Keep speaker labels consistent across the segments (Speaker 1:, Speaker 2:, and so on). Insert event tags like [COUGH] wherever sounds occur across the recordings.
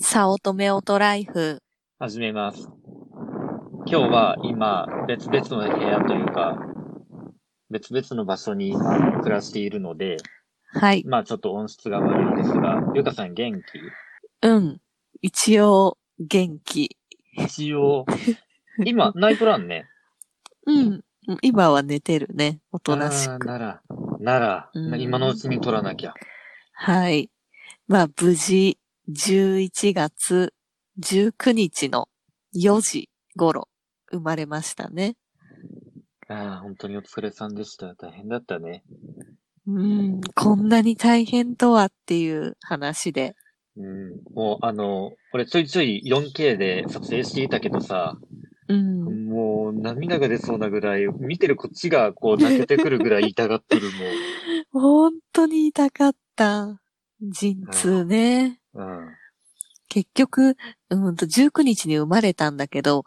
Speaker 1: さおとめおとライフ。
Speaker 2: 始めます。今日は今、別々の部屋というか、別々の場所に今暮らしているので、
Speaker 1: はい。
Speaker 2: まあちょっと音質が悪いんですが、ゆかさん元気
Speaker 1: うん。一応、元気。
Speaker 2: 一応、 [LAUGHS] 今、ナイプランね。
Speaker 1: うん。今は寝てるね。おとなし
Speaker 2: あー
Speaker 1: く。
Speaker 2: なら、なら、
Speaker 1: うん
Speaker 2: 今のうちに撮らなきゃ。
Speaker 1: はい。まあ、無事、11月19日の4時頃、生まれましたね。
Speaker 2: ああ、本当にお疲れさんでした。大変だったね。
Speaker 1: うん。こんなに大変とはっていう話で。
Speaker 2: うん。もう、あの、俺ちょいちょい 4K で撮影していたけどさ、
Speaker 1: うん。
Speaker 2: もう涙が出そうなぐらい、見てるこっちがこう泣けてくるぐらい痛がってる、もう。
Speaker 1: 本当に痛かった。陣痛ね。
Speaker 2: [LAUGHS] うん
Speaker 1: 結局、うーんと、19日に生まれたんだけど、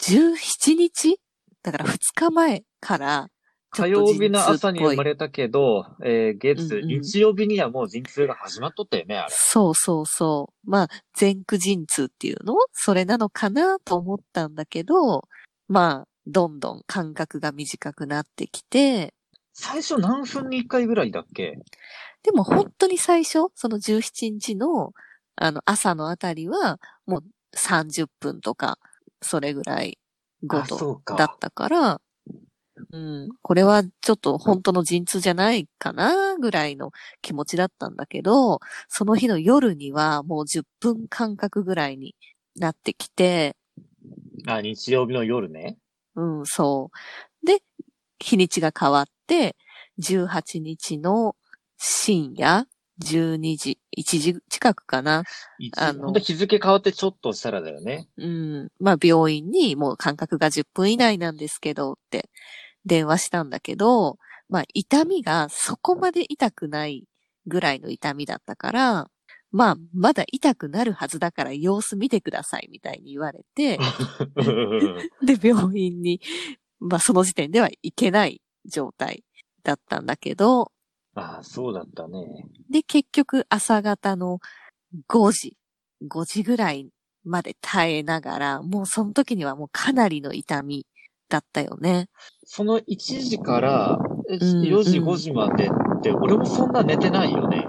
Speaker 1: 17日だから2日前から、
Speaker 2: 火曜日の朝に生ま
Speaker 1: れ
Speaker 2: れたけど、えー月、
Speaker 1: うんうん
Speaker 2: 日曜日にはもう陣痛が始まっとったよね、あれ。
Speaker 1: そうそうそう。まあ、前駆陣痛っていうのそれなのかなと思ったんだけど、まあ、どんどん間隔が短くなってきて、
Speaker 2: 最初何分に1回ぐらいだっけ
Speaker 1: でも本当に最初、その17日の、あの、朝のあたりは、もう30分とか、それぐらい、ご
Speaker 2: あ、
Speaker 1: と
Speaker 2: そう
Speaker 1: だ
Speaker 2: か
Speaker 1: っ。たから、うん、これはちょっと本当の陣痛じゃないかなぐらいの気持ちだったんだけど、その日の夜にはもう10分間隔ぐらいになってきて、
Speaker 2: あ、日曜日の夜ね。
Speaker 1: うん、そう。で、日にちが変わって、18日の深夜、12時、1時近くかな。
Speaker 2: いつ
Speaker 1: あの
Speaker 2: ほんと日付変わってちょっとしたらだよね。
Speaker 1: [LAUGHS] うん、まあ病院にもう間隔が10分以内なんですけどって電話したんだけど、まあ痛みがそこまで痛くないぐらいの痛みだったから、まあまだ痛くなるはずだから様子見てくださいみたいに言われて、で病院に、まあその時点では行けない状態だったんだけど、
Speaker 2: あ、そうだったね。
Speaker 1: で結局朝方の5時、5時ぐらいまで耐えながら、もうその時にはもうかなりの痛みだったよね。
Speaker 2: その1時からえ
Speaker 1: うん
Speaker 2: 4時、
Speaker 1: うん
Speaker 2: 5時までって、俺もそんな寝てないよね。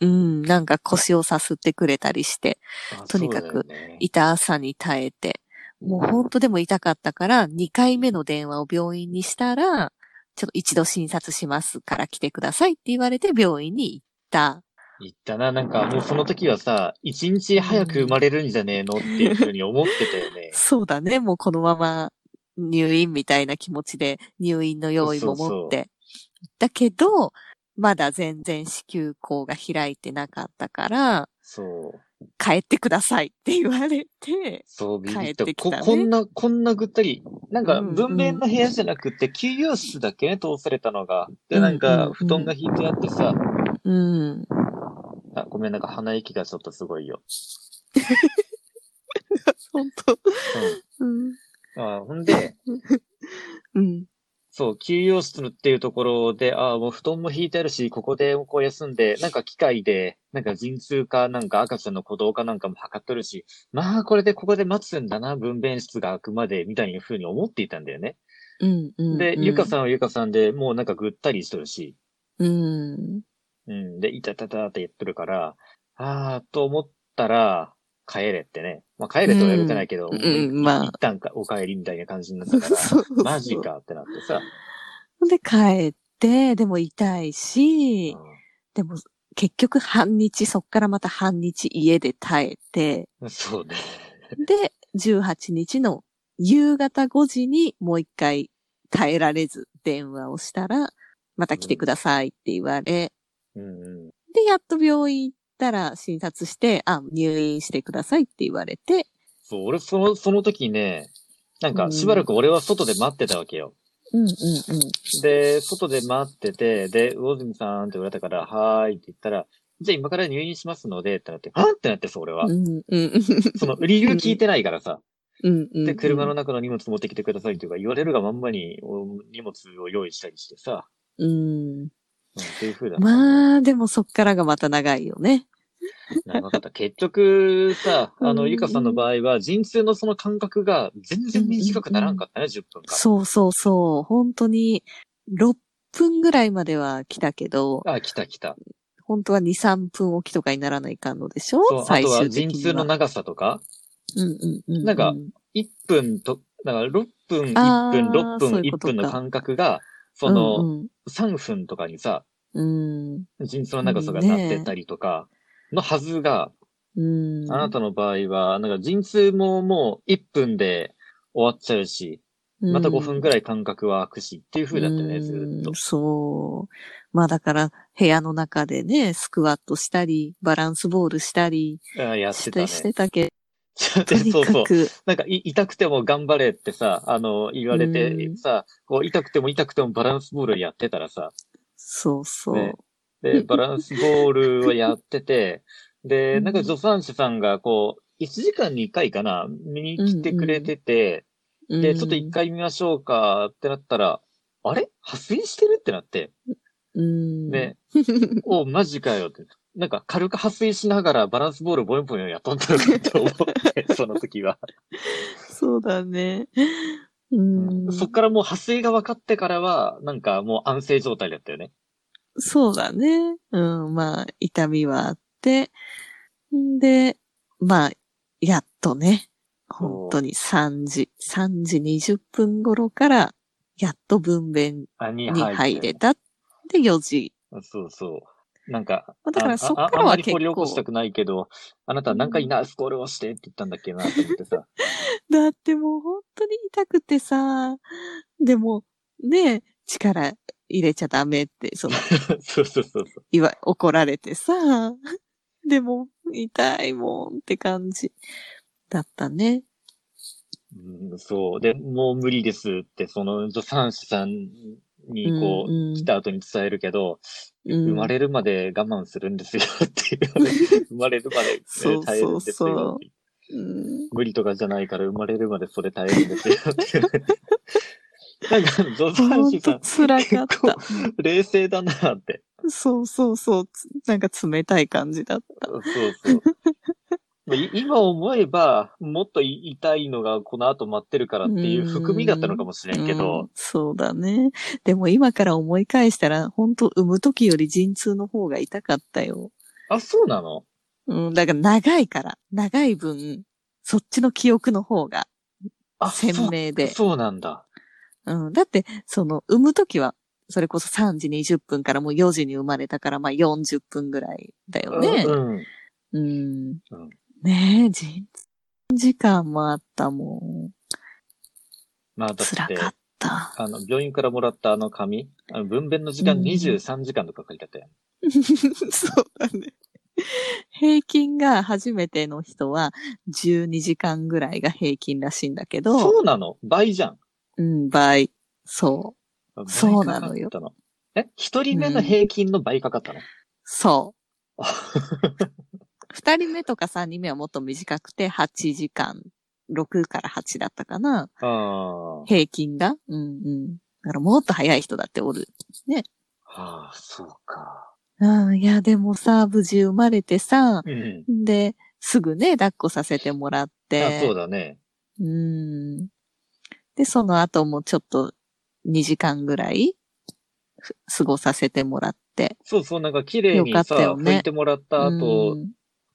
Speaker 1: うん、なんか腰をさすってくれたりして、
Speaker 2: あ
Speaker 1: とにかく
Speaker 2: そうだよね
Speaker 1: 痛さに耐えて、もうほんとでも痛かったから、2回目の電話を病院にしたら、ちょっと一度診察しますから来てくださいって言われて病院に行った。。
Speaker 2: 言ったな。なんかもうその時はさ、一日早く生まれるんじゃねえのっていうふうに思ってたよね
Speaker 1: そうだね、もうこのまま入院みたいな気持ちで入院の用意も持って。だけど、まだ全然子宮口が開いてなかったから、
Speaker 2: そう。
Speaker 1: 帰ってくださいって言われて、
Speaker 2: そう、ビビった。
Speaker 1: 帰ってき
Speaker 2: こ
Speaker 1: たね
Speaker 2: こんな、こんなぐったり。なんか、
Speaker 1: うんうん
Speaker 2: 文明の部屋じゃなくて、給養室だけね、通されたのが。
Speaker 1: う
Speaker 2: で、
Speaker 1: ん
Speaker 2: なん
Speaker 1: うんう
Speaker 2: か
Speaker 1: ん、
Speaker 2: 布団が引いてあってさ、
Speaker 1: うん。
Speaker 2: あ、ごめん、なんか鼻息がちょっとすごいよ。
Speaker 1: 本当。うん。
Speaker 2: うん。あほんで、
Speaker 1: うん。
Speaker 2: そう、給養室っていうところで、あもう布団も引いてあるし、ここでこう休んで、なんか機械で、なんか陣痛か、なんか赤ちゃんの鼓動かなんかも測っとるし、まあ、これでここで待つんだな、分娩室が開くまで、みたいな風に思っていたんだよね。
Speaker 1: うん。うん。
Speaker 2: で、ゆか
Speaker 1: ん。
Speaker 2: さんはゆかさんでもうなんかぐったりしとるし、
Speaker 1: うん。
Speaker 2: うん、で、いたたたって言ってるから、あーと思ったら、帰れってね。まあ、帰れとは言ってないけど、
Speaker 1: うんうんまあ
Speaker 2: 一旦かお帰りみたいな感じになったから、
Speaker 1: そうそう
Speaker 2: マジ。かってなってさ、
Speaker 1: で、帰って、でも痛いし、
Speaker 2: う
Speaker 1: でも結局半日、そっからまた半日家で耐えて、
Speaker 2: んそうね。
Speaker 1: で、18日の夕方5時にもう一回耐えられず電話をしたら、また来てくださいって言われ、
Speaker 2: うんうん。
Speaker 1: で、やっと病院行ったら診察して、あ、入院してくださいって言われて、
Speaker 2: そう、俺、その、その時ね、なんか、しばらく俺は外で待ってたわけよ。
Speaker 1: うんうんうん。
Speaker 2: で、外で待ってて、で、魚住さんって言われたから、はーいって言ったら、じゃあ今から入院しますので、ってなって、はんってなってさ、俺は
Speaker 1: う。んうん
Speaker 2: その、理由聞いてないからさ。
Speaker 1: うんうん。
Speaker 2: で、車の中の荷物持ってきてくださいというか、言われるがまんまにお荷物を用意したりしてさ、
Speaker 1: うん。
Speaker 2: うん、っていう風だった。
Speaker 1: まあ、でもそっからがまた長いよね。
Speaker 2: 長かった。結局さ、あ
Speaker 1: う
Speaker 2: の、
Speaker 1: ん
Speaker 2: ゆかさんの場合は、陣痛のその間隔が全然短くならんかったね、10分間。
Speaker 1: そうそうそう。本当に、6分ぐらいまでは来たけど、
Speaker 2: あ、来た来た。
Speaker 1: 本当は2、3分おきとかにならないかんのでしょ
Speaker 2: そう、あ
Speaker 1: 最
Speaker 2: とは
Speaker 1: 終的
Speaker 2: 陣
Speaker 1: に
Speaker 2: 痛の
Speaker 1: は。
Speaker 2: 長さとか、
Speaker 1: うんうんうんう
Speaker 2: なんか1分と、だから6分、1
Speaker 1: あー
Speaker 2: 分、6分、
Speaker 1: そういうこ
Speaker 2: 1
Speaker 1: と
Speaker 2: 分の
Speaker 1: か
Speaker 2: 間隔が、そ
Speaker 1: うん
Speaker 2: の、
Speaker 1: うん
Speaker 2: 3分とかにさ、
Speaker 1: うん。
Speaker 2: 陣痛の長さがなってたりとか、のはずが、
Speaker 1: うん。
Speaker 2: あなたの場合は、なんか陣痛ももう1分で終わっちゃうし、また5分ぐ
Speaker 1: らい
Speaker 2: らい間隔は空くしっていう風だったよね、ずーっと。
Speaker 1: そう。まあだから、部屋の中でね、スクワットしたり、バランスボールしたり
Speaker 2: あやって
Speaker 1: したて,、
Speaker 2: ね。
Speaker 1: してたけど、と
Speaker 2: で
Speaker 1: に
Speaker 2: [LAUGHS] そうそ
Speaker 1: か
Speaker 2: う。
Speaker 1: く、
Speaker 2: なんかい、痛くても頑張れってさ、あの、言われ
Speaker 1: う
Speaker 2: て
Speaker 1: ん
Speaker 2: さ、こう、痛くても痛くてもバランスボールやってたらさ、
Speaker 1: そうそう。
Speaker 2: ねで、バランスボールをやって [LAUGHS] て、で、なんか助産師さんがこう、1時間に1回かな、見に来てくれてて、で、ちょっと1回見ましょうかってなったら、あれ破水してるってなって、
Speaker 1: うん、
Speaker 2: [LAUGHS] ね、お、マジかよって。なんか軽く破水しながらバランスボールボヨンボヨンやっとんだろうなと思 [LAUGHS] って、その時は。
Speaker 1: そうだね。うん、
Speaker 2: そっからもう破水が分かってからは、なんかもう安静状態だったよね。
Speaker 1: そうだね。うん、まあ、痛みはあって。んで、まあ、やっとね、本当に3時、3時20分頃から、やっと分娩
Speaker 2: あ、に
Speaker 1: に
Speaker 2: 入っ
Speaker 1: 入
Speaker 2: て
Speaker 1: れた。で、4時。
Speaker 2: そうそう。なんか、
Speaker 1: まあだから
Speaker 2: あ
Speaker 1: そっからは
Speaker 2: ああんまり
Speaker 1: 結構
Speaker 2: 掘り起こしたくないけど、あなた何回ナースコールをしてって言ったんだっけなと思ってさ。 [LAUGHS]
Speaker 1: だってもう本当に痛くてさ、でも、ねえ、力入れちゃダメって、
Speaker 2: [LAUGHS]
Speaker 1: その、
Speaker 2: そうそうそうそう。
Speaker 1: 言わ、怒られてさ、でも、痛いもんって感じだったね。
Speaker 2: うん、そう。で、もう無理ですって、その助産師さんにこう、
Speaker 1: うんうん
Speaker 2: 来た後に伝えるけど、
Speaker 1: 生
Speaker 2: 生まれるまで我慢するんですよって言
Speaker 1: [LAUGHS]
Speaker 2: われ、生まれるまでね
Speaker 1: そう
Speaker 2: 耐えるんです
Speaker 1: そうそ
Speaker 2: よ
Speaker 1: う
Speaker 2: って。
Speaker 1: うん
Speaker 2: 無理とかじゃないから生まれるまでそれ耐えるんですよ
Speaker 1: [LAUGHS]
Speaker 2: って。なんか、助産
Speaker 1: ほん
Speaker 2: 師さ
Speaker 1: [LAUGHS] と
Speaker 2: ん、
Speaker 1: 辛かっ
Speaker 2: 結構
Speaker 1: た。
Speaker 2: 冷静だなって。
Speaker 1: そうそうそう。つなんか冷たい感じだった。
Speaker 2: そうそう。まあい [LAUGHS] 今思えば、もっとい痛いのがこの後待ってるからっていう含みだったのかもしれんけ
Speaker 1: う
Speaker 2: ど
Speaker 1: ん、そうだね。でも今から思い返したら、本当産む時より陣痛の方が痛かったよ。
Speaker 2: あ、そうなの
Speaker 1: うん、だから長いから。長い分、そっちの記憶の方が
Speaker 2: あ、
Speaker 1: 鮮
Speaker 2: そう
Speaker 1: 明で。
Speaker 2: そうなんだ。
Speaker 1: うん、だって、その、産むときは、それこそ3時20分からもう4時に生まれたから、まあ40分ぐらいだよね。
Speaker 2: うんうん。
Speaker 1: うん。ねえ、人時間もあったもん。
Speaker 2: まあ、だっ
Speaker 1: 辛
Speaker 2: て、
Speaker 1: かった。
Speaker 2: あの、病院からもらったあの紙、あの分娩の時間
Speaker 1: うん
Speaker 2: 23時間とか書いてあったよ。 [LAUGHS]
Speaker 1: そうだね。平均が初めての人は12時間ぐらいが平均らしいんだけど、
Speaker 2: そうなの倍じゃん。
Speaker 1: うん、倍。そう。そうなのよ
Speaker 2: 倍かかった。え一人目の平均の倍かかったの、
Speaker 1: そう。
Speaker 2: [LAUGHS]
Speaker 1: 二人目とか三人目はもっと短くて8時間、6から8だったかな。
Speaker 2: あー
Speaker 1: 平均が。うんうん。だからもっと早い人だっておる。
Speaker 2: あー、そうか。
Speaker 1: うん、いや、でもさ、無事生まれてさ、
Speaker 2: うん。
Speaker 1: で、すぐね、抱っこさせてもらって。
Speaker 2: あそうだね。
Speaker 1: うん。で、その後もちょっと2時間ぐらいふ過ごさせてもらって。
Speaker 2: そうそう、なんか綺麗に
Speaker 1: よかっ
Speaker 2: さ、
Speaker 1: たよね
Speaker 2: 拭いてもらった
Speaker 1: う
Speaker 2: 後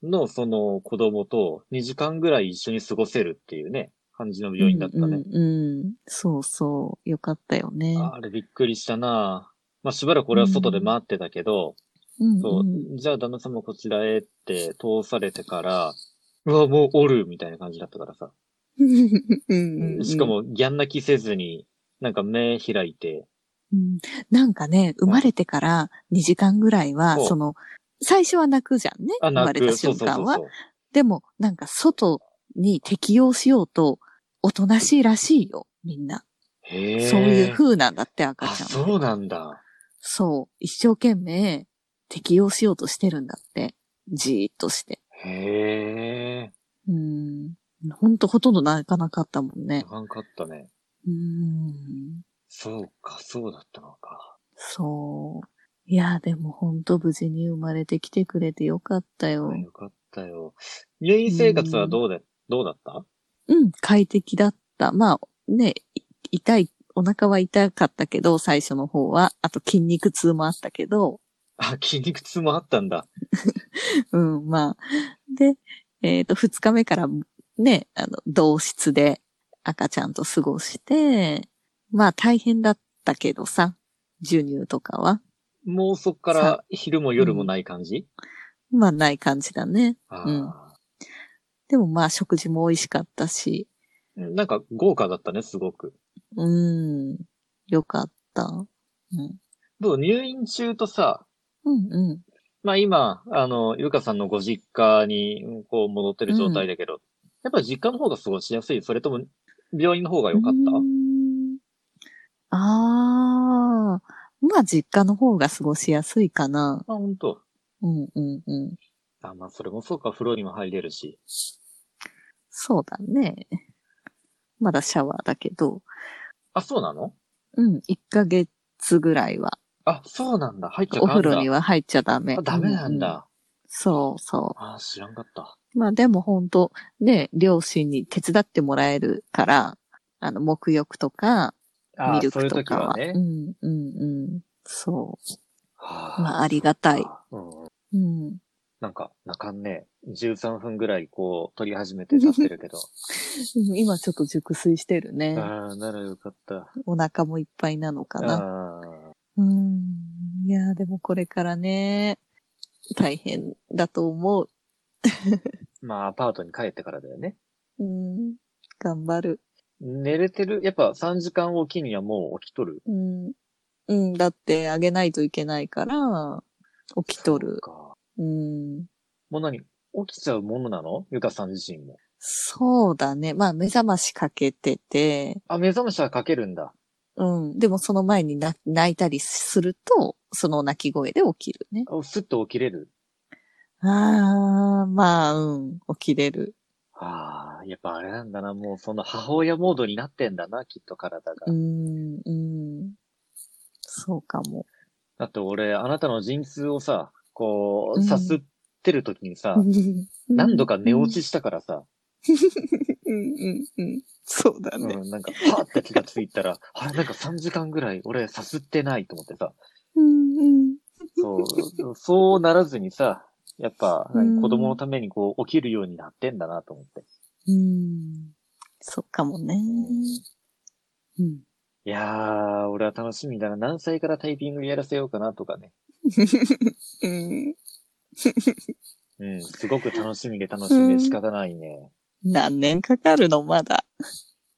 Speaker 1: ん
Speaker 2: のその子供と2時間ぐらい一緒に過ごせるっていうね、感じの病院だったね。
Speaker 1: うんうん、うん。そうそう。よかったよね。
Speaker 2: あれびっくりしたなまあしばらく俺は外で待ってたけど、
Speaker 1: うん、
Speaker 2: そ
Speaker 1: うん。
Speaker 2: う、じゃあ旦那様こちらへって通されてから、うわ、もうおるみたいな感じだったからさ。
Speaker 1: うんうん
Speaker 2: しかも、ギャン泣きせずに、なんか目開いて、
Speaker 1: うんなんかね、生まれてから2時間ぐらいは、
Speaker 2: そう
Speaker 1: その、最初は泣くじゃんね。
Speaker 2: あ、
Speaker 1: 生ま
Speaker 2: 泣
Speaker 1: れた
Speaker 2: く。そう
Speaker 1: 瞬
Speaker 2: そうそ
Speaker 1: 間
Speaker 2: う
Speaker 1: は
Speaker 2: そ。う。
Speaker 1: でも、なんか外に適応しようと、おとなしいらしいよ、みんな。
Speaker 2: へえ。
Speaker 1: そういう風なんだって、赤
Speaker 2: あ、
Speaker 1: ちゃんは。
Speaker 2: そうなんだ。
Speaker 1: そう。一生懸命適応しようとしてるんだって。じーっとして。
Speaker 2: へえ。
Speaker 1: うん。ほんとほとんど泣かなかったもんね
Speaker 2: あ。かんかったね。
Speaker 1: うん。
Speaker 2: そうか、そうだったのか。
Speaker 1: そう。いや、でもほんと無事に生まれてきてくれてよかったよ。
Speaker 2: よかったよ。入院生活はどうで、どうだった
Speaker 1: うん、快適だった。まあ、ね、い痛い、お腹は痛かったけど、最初の方は。あと筋肉痛もあったけど、
Speaker 2: あ、筋肉痛もあったんだ。
Speaker 1: うん、まあ。で、えっ、と、二日目からね、あの、同室で赤ちゃんと過ごして、まあ大変だったけどさ、授乳とかは。
Speaker 2: もうそっから昼も夜もない感じ、
Speaker 1: まあない感じだね。
Speaker 2: ああ
Speaker 1: でもまあ食事も美味しかったし、
Speaker 2: ーなんか豪華だったね、すごく。
Speaker 1: うん、よかった。うん、
Speaker 2: どう入院中とさ、
Speaker 1: うん、うん。
Speaker 2: まあ今、あの、ゆかさんのご実家にこう戻ってる状態だけど、やっぱり実家の方が過ごしやすいそれとも病院の方が良かっ
Speaker 1: うーんああ、まあ実家の方が過ごしやすいかな。
Speaker 2: たあ、本当
Speaker 1: うんうんうん。
Speaker 2: あ、まあそれもそうか、風呂にも入れるし。
Speaker 1: そうだね。まだシャワーだけど、
Speaker 2: あ、そうなの
Speaker 1: うん、1ヶ月ぐらいは、
Speaker 2: あ、そうなんだ。入っちゃ
Speaker 1: お
Speaker 2: ダメだ。
Speaker 1: 風呂には入っちゃダメ
Speaker 2: あ。ダメなん
Speaker 1: うう
Speaker 2: だ。
Speaker 1: そうそ
Speaker 2: あ、知らんかった。
Speaker 1: う。まあでも本当ね、両親に手伝ってもらえるから、あの、沐浴とか、ミルクとかは。うん、うん、うん。そ
Speaker 2: は
Speaker 1: う。まあありがたい。
Speaker 2: うん。
Speaker 1: うん。
Speaker 2: なんか、なかんね、13分ぐらいこう、撮り始めて経ってる
Speaker 1: [LAUGHS]
Speaker 2: けど。
Speaker 1: うん今ちょっと熟睡してるね。
Speaker 2: ああ、ならよかった。
Speaker 1: お腹もいっぱいなのかな。
Speaker 2: ああ。
Speaker 1: うん。いやー、でもこれからね、大変だと思う。
Speaker 2: まあ、アパートに帰ってからだよね。
Speaker 1: うん。頑張る。
Speaker 2: 寝れてるやっぱ3時間おきにはもう起きとる。
Speaker 1: うん。うん、だってあげないといけないから、起きと
Speaker 2: そう
Speaker 1: る。
Speaker 2: か。
Speaker 1: うん。
Speaker 2: もう何起きちゃうものなのゆかさん自身も。
Speaker 1: そうだね。まあ、目覚ましかけてて、
Speaker 2: あ、目覚ましはかけるんだ。
Speaker 1: うん。でもその前にな泣いたりすると、その泣き声で起きるね。
Speaker 2: あすっと起きれる。
Speaker 1: ああ、まあ、うん。起きれる。
Speaker 2: ああ、やっぱあれなんだな。もうその母親モードになってんだな、きっと体が
Speaker 1: う。ん、うん。そうかも。
Speaker 2: だって俺、あなたの陣痛をさ、こ
Speaker 1: う
Speaker 2: う、
Speaker 1: ん
Speaker 2: さすってる時にさ、何度か寝落ちしたからさ、
Speaker 1: うんうんうん。そうだ
Speaker 2: う
Speaker 1: ね。
Speaker 2: ん、なんか、パーって気がついたら、 [LAUGHS] あれ、なんか3時間ぐらい俺さすってないと思ってさ、
Speaker 1: うんうん。
Speaker 2: そう、 [LAUGHS] そうならずにさ、やっぱ、
Speaker 1: うん
Speaker 2: 子供のためにこう、起きるようになってんだなと思って。
Speaker 1: うん。そうかもね。うん。 [LAUGHS]
Speaker 2: いやー、俺は楽しみだな。何歳からタイピングやらせようかなとかね。
Speaker 1: うん。
Speaker 2: うん、すごく楽しみで楽しみで仕方ないね。
Speaker 1: 何年かかるのまだ。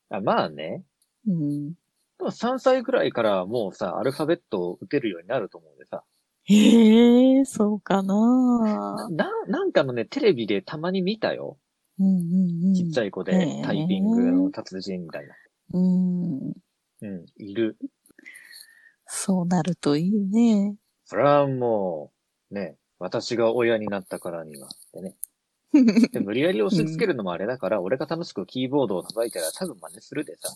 Speaker 2: あまあね。
Speaker 1: うん。
Speaker 2: でも3歳ぐらいからもうさ、アルファベットを打てるようになると思うんでさ。
Speaker 1: へえ、そうかな。
Speaker 2: な、なんかのね、テレビでたまに見たよ。
Speaker 1: うんうんうん。
Speaker 2: ちっちゃい子
Speaker 1: へ
Speaker 2: で
Speaker 1: ー
Speaker 2: タイピングの達人みたいな。
Speaker 1: うん。
Speaker 2: うん、いる。
Speaker 1: そうなるといいね。
Speaker 2: それはもう、ね、私が親になったからにはって
Speaker 1: [LAUGHS]
Speaker 2: ね。で無理やり押し付けるのもあれだから、俺が楽しくキーボードを叩いたら多分真似するでさ。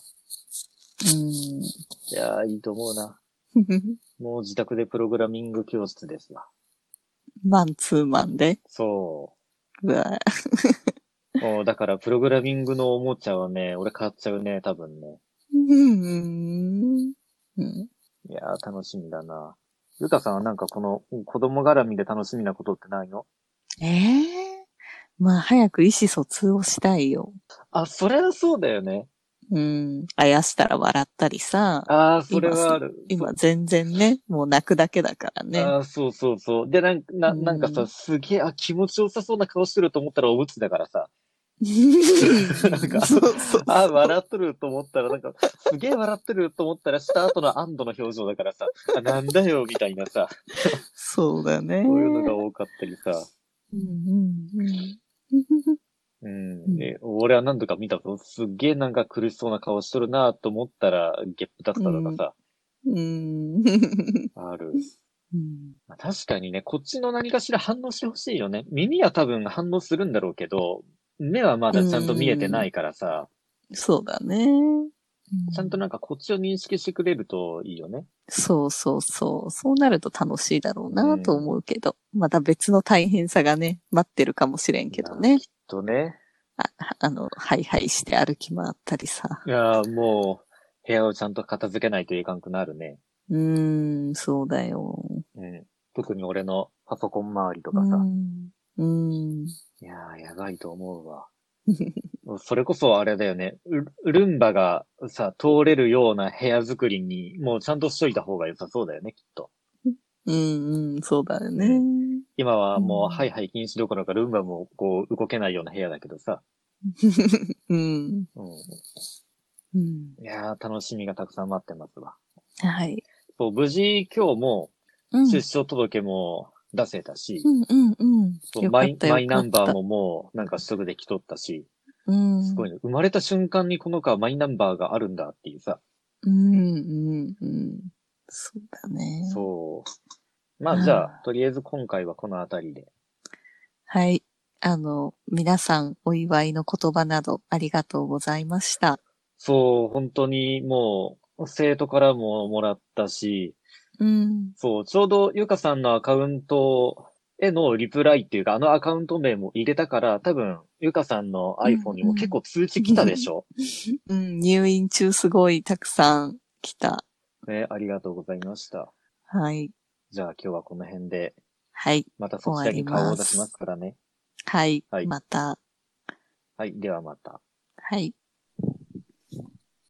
Speaker 2: いやー、いいと思うな。
Speaker 1: うん。
Speaker 2: もう自宅でプログラミング教室ですわ。
Speaker 1: マンツーマンで。
Speaker 2: そう
Speaker 1: わ
Speaker 2: う。もうだから、プログラミングのおもちゃはね、俺買っちゃうね、多分ね。
Speaker 1: うん。うん。
Speaker 2: いやー、楽しみだな。ゆかさんはなんかこの子供絡みで楽しみなことってないの
Speaker 1: ええまあ、早く意思疎通をしたいよ。
Speaker 2: あ、それはそうだよね。
Speaker 1: うん。あやしたら笑ったりさ。
Speaker 2: ああ、それはある。
Speaker 1: 今、全然ね、もう泣くだけだからね。
Speaker 2: ああ、そうそうそう。で、なんか、な
Speaker 1: うん
Speaker 2: なんかさ、すげえ、あ、気持ちよさそうな顔してると思ったらおむつだからさ。
Speaker 1: [LAUGHS]
Speaker 2: なんか
Speaker 1: そうそう。
Speaker 2: あー笑っとると思ったら、なんか、すげえ笑ってると思ったら、した後の安堵の表情だからさ、あなんだよ、みたいなさ、
Speaker 1: そうだね。
Speaker 2: そういうのが多かったりさ。
Speaker 1: うんうんうん
Speaker 2: うん。で俺は何度か見たと、すっげえなんか苦しそうな顔しとるなと思ったら、ゲップだったとかさ、
Speaker 1: うん。
Speaker 2: ある。
Speaker 1: うん。
Speaker 2: まあ確かにね、こっちの何かしら反応してほしいよね。耳は多分反応するんだろうけど、目はまだちゃんと見えてないからさ、
Speaker 1: そうだね。
Speaker 2: ちゃんとなんかこっちを認識してくれるといいよね。
Speaker 1: そうそうそう。そうなると楽しいだろうなと思うけど、また別の大変さがね、待ってるかもしれんけどね
Speaker 2: き。っとね。
Speaker 1: ああの、ハイハイして歩き回ったりさ。
Speaker 2: いやーもう、部屋をちゃんと片付けないといかんくなるね。
Speaker 1: うーん、そうだよ。
Speaker 2: うん。特に俺のパソコン周りと
Speaker 1: う
Speaker 2: かさ。
Speaker 1: ん。うん。
Speaker 2: いやー、やばいと思うわ。それこそあれだよね。ルルンバがさ、通れるような部屋作りに、もうちゃんとしといた方が良さそうだよね、きっと。
Speaker 1: うん、うん、そうだよね。
Speaker 2: 今はもう、
Speaker 1: うん
Speaker 2: ハイハイ禁止どころか、ルンバもこう、動けないような部屋だけどさ。
Speaker 1: うん。
Speaker 2: うん。
Speaker 1: うん。
Speaker 2: いやー、楽しみがたくさん待ってますわ。
Speaker 1: はい。
Speaker 2: そう、無事今日も
Speaker 1: うん。
Speaker 2: 出生届も出せたし、
Speaker 1: うん、うん、うん。
Speaker 2: そう
Speaker 1: よか
Speaker 2: マ
Speaker 1: っ
Speaker 2: イ
Speaker 1: たよ
Speaker 2: マイナンバー
Speaker 1: も。
Speaker 2: ももうなんか取得できとったし、
Speaker 1: うん。
Speaker 2: すごいね。生まれた瞬間にこの子はマイナンバーがあるんだっていうさ。
Speaker 1: うん、うん、うん。そうだね。
Speaker 2: そう。まあじゃ
Speaker 1: う
Speaker 2: あ、とりあえず今回はこのあたりで。
Speaker 1: はい。あの、皆さんお祝いの言葉などありがとうございました。
Speaker 2: そう、本当にもう、生徒からももらったし、
Speaker 1: うん。
Speaker 2: そう、ちょうどゆかさんのアカウントへのリプライっていうか、あのアカウント名も入れたから、多分、ゆかさんの iPhone にも結構通知来たでしょ、
Speaker 1: うん、入院中すごいたくさん来た。
Speaker 2: ね、ありがとうございました。
Speaker 1: はい。
Speaker 2: じゃあ今日はこの辺で、
Speaker 1: はい。
Speaker 2: またそちらに顔を出しますからね。
Speaker 1: はい。
Speaker 2: はい
Speaker 1: また。
Speaker 2: はい、ではまた。
Speaker 1: はい。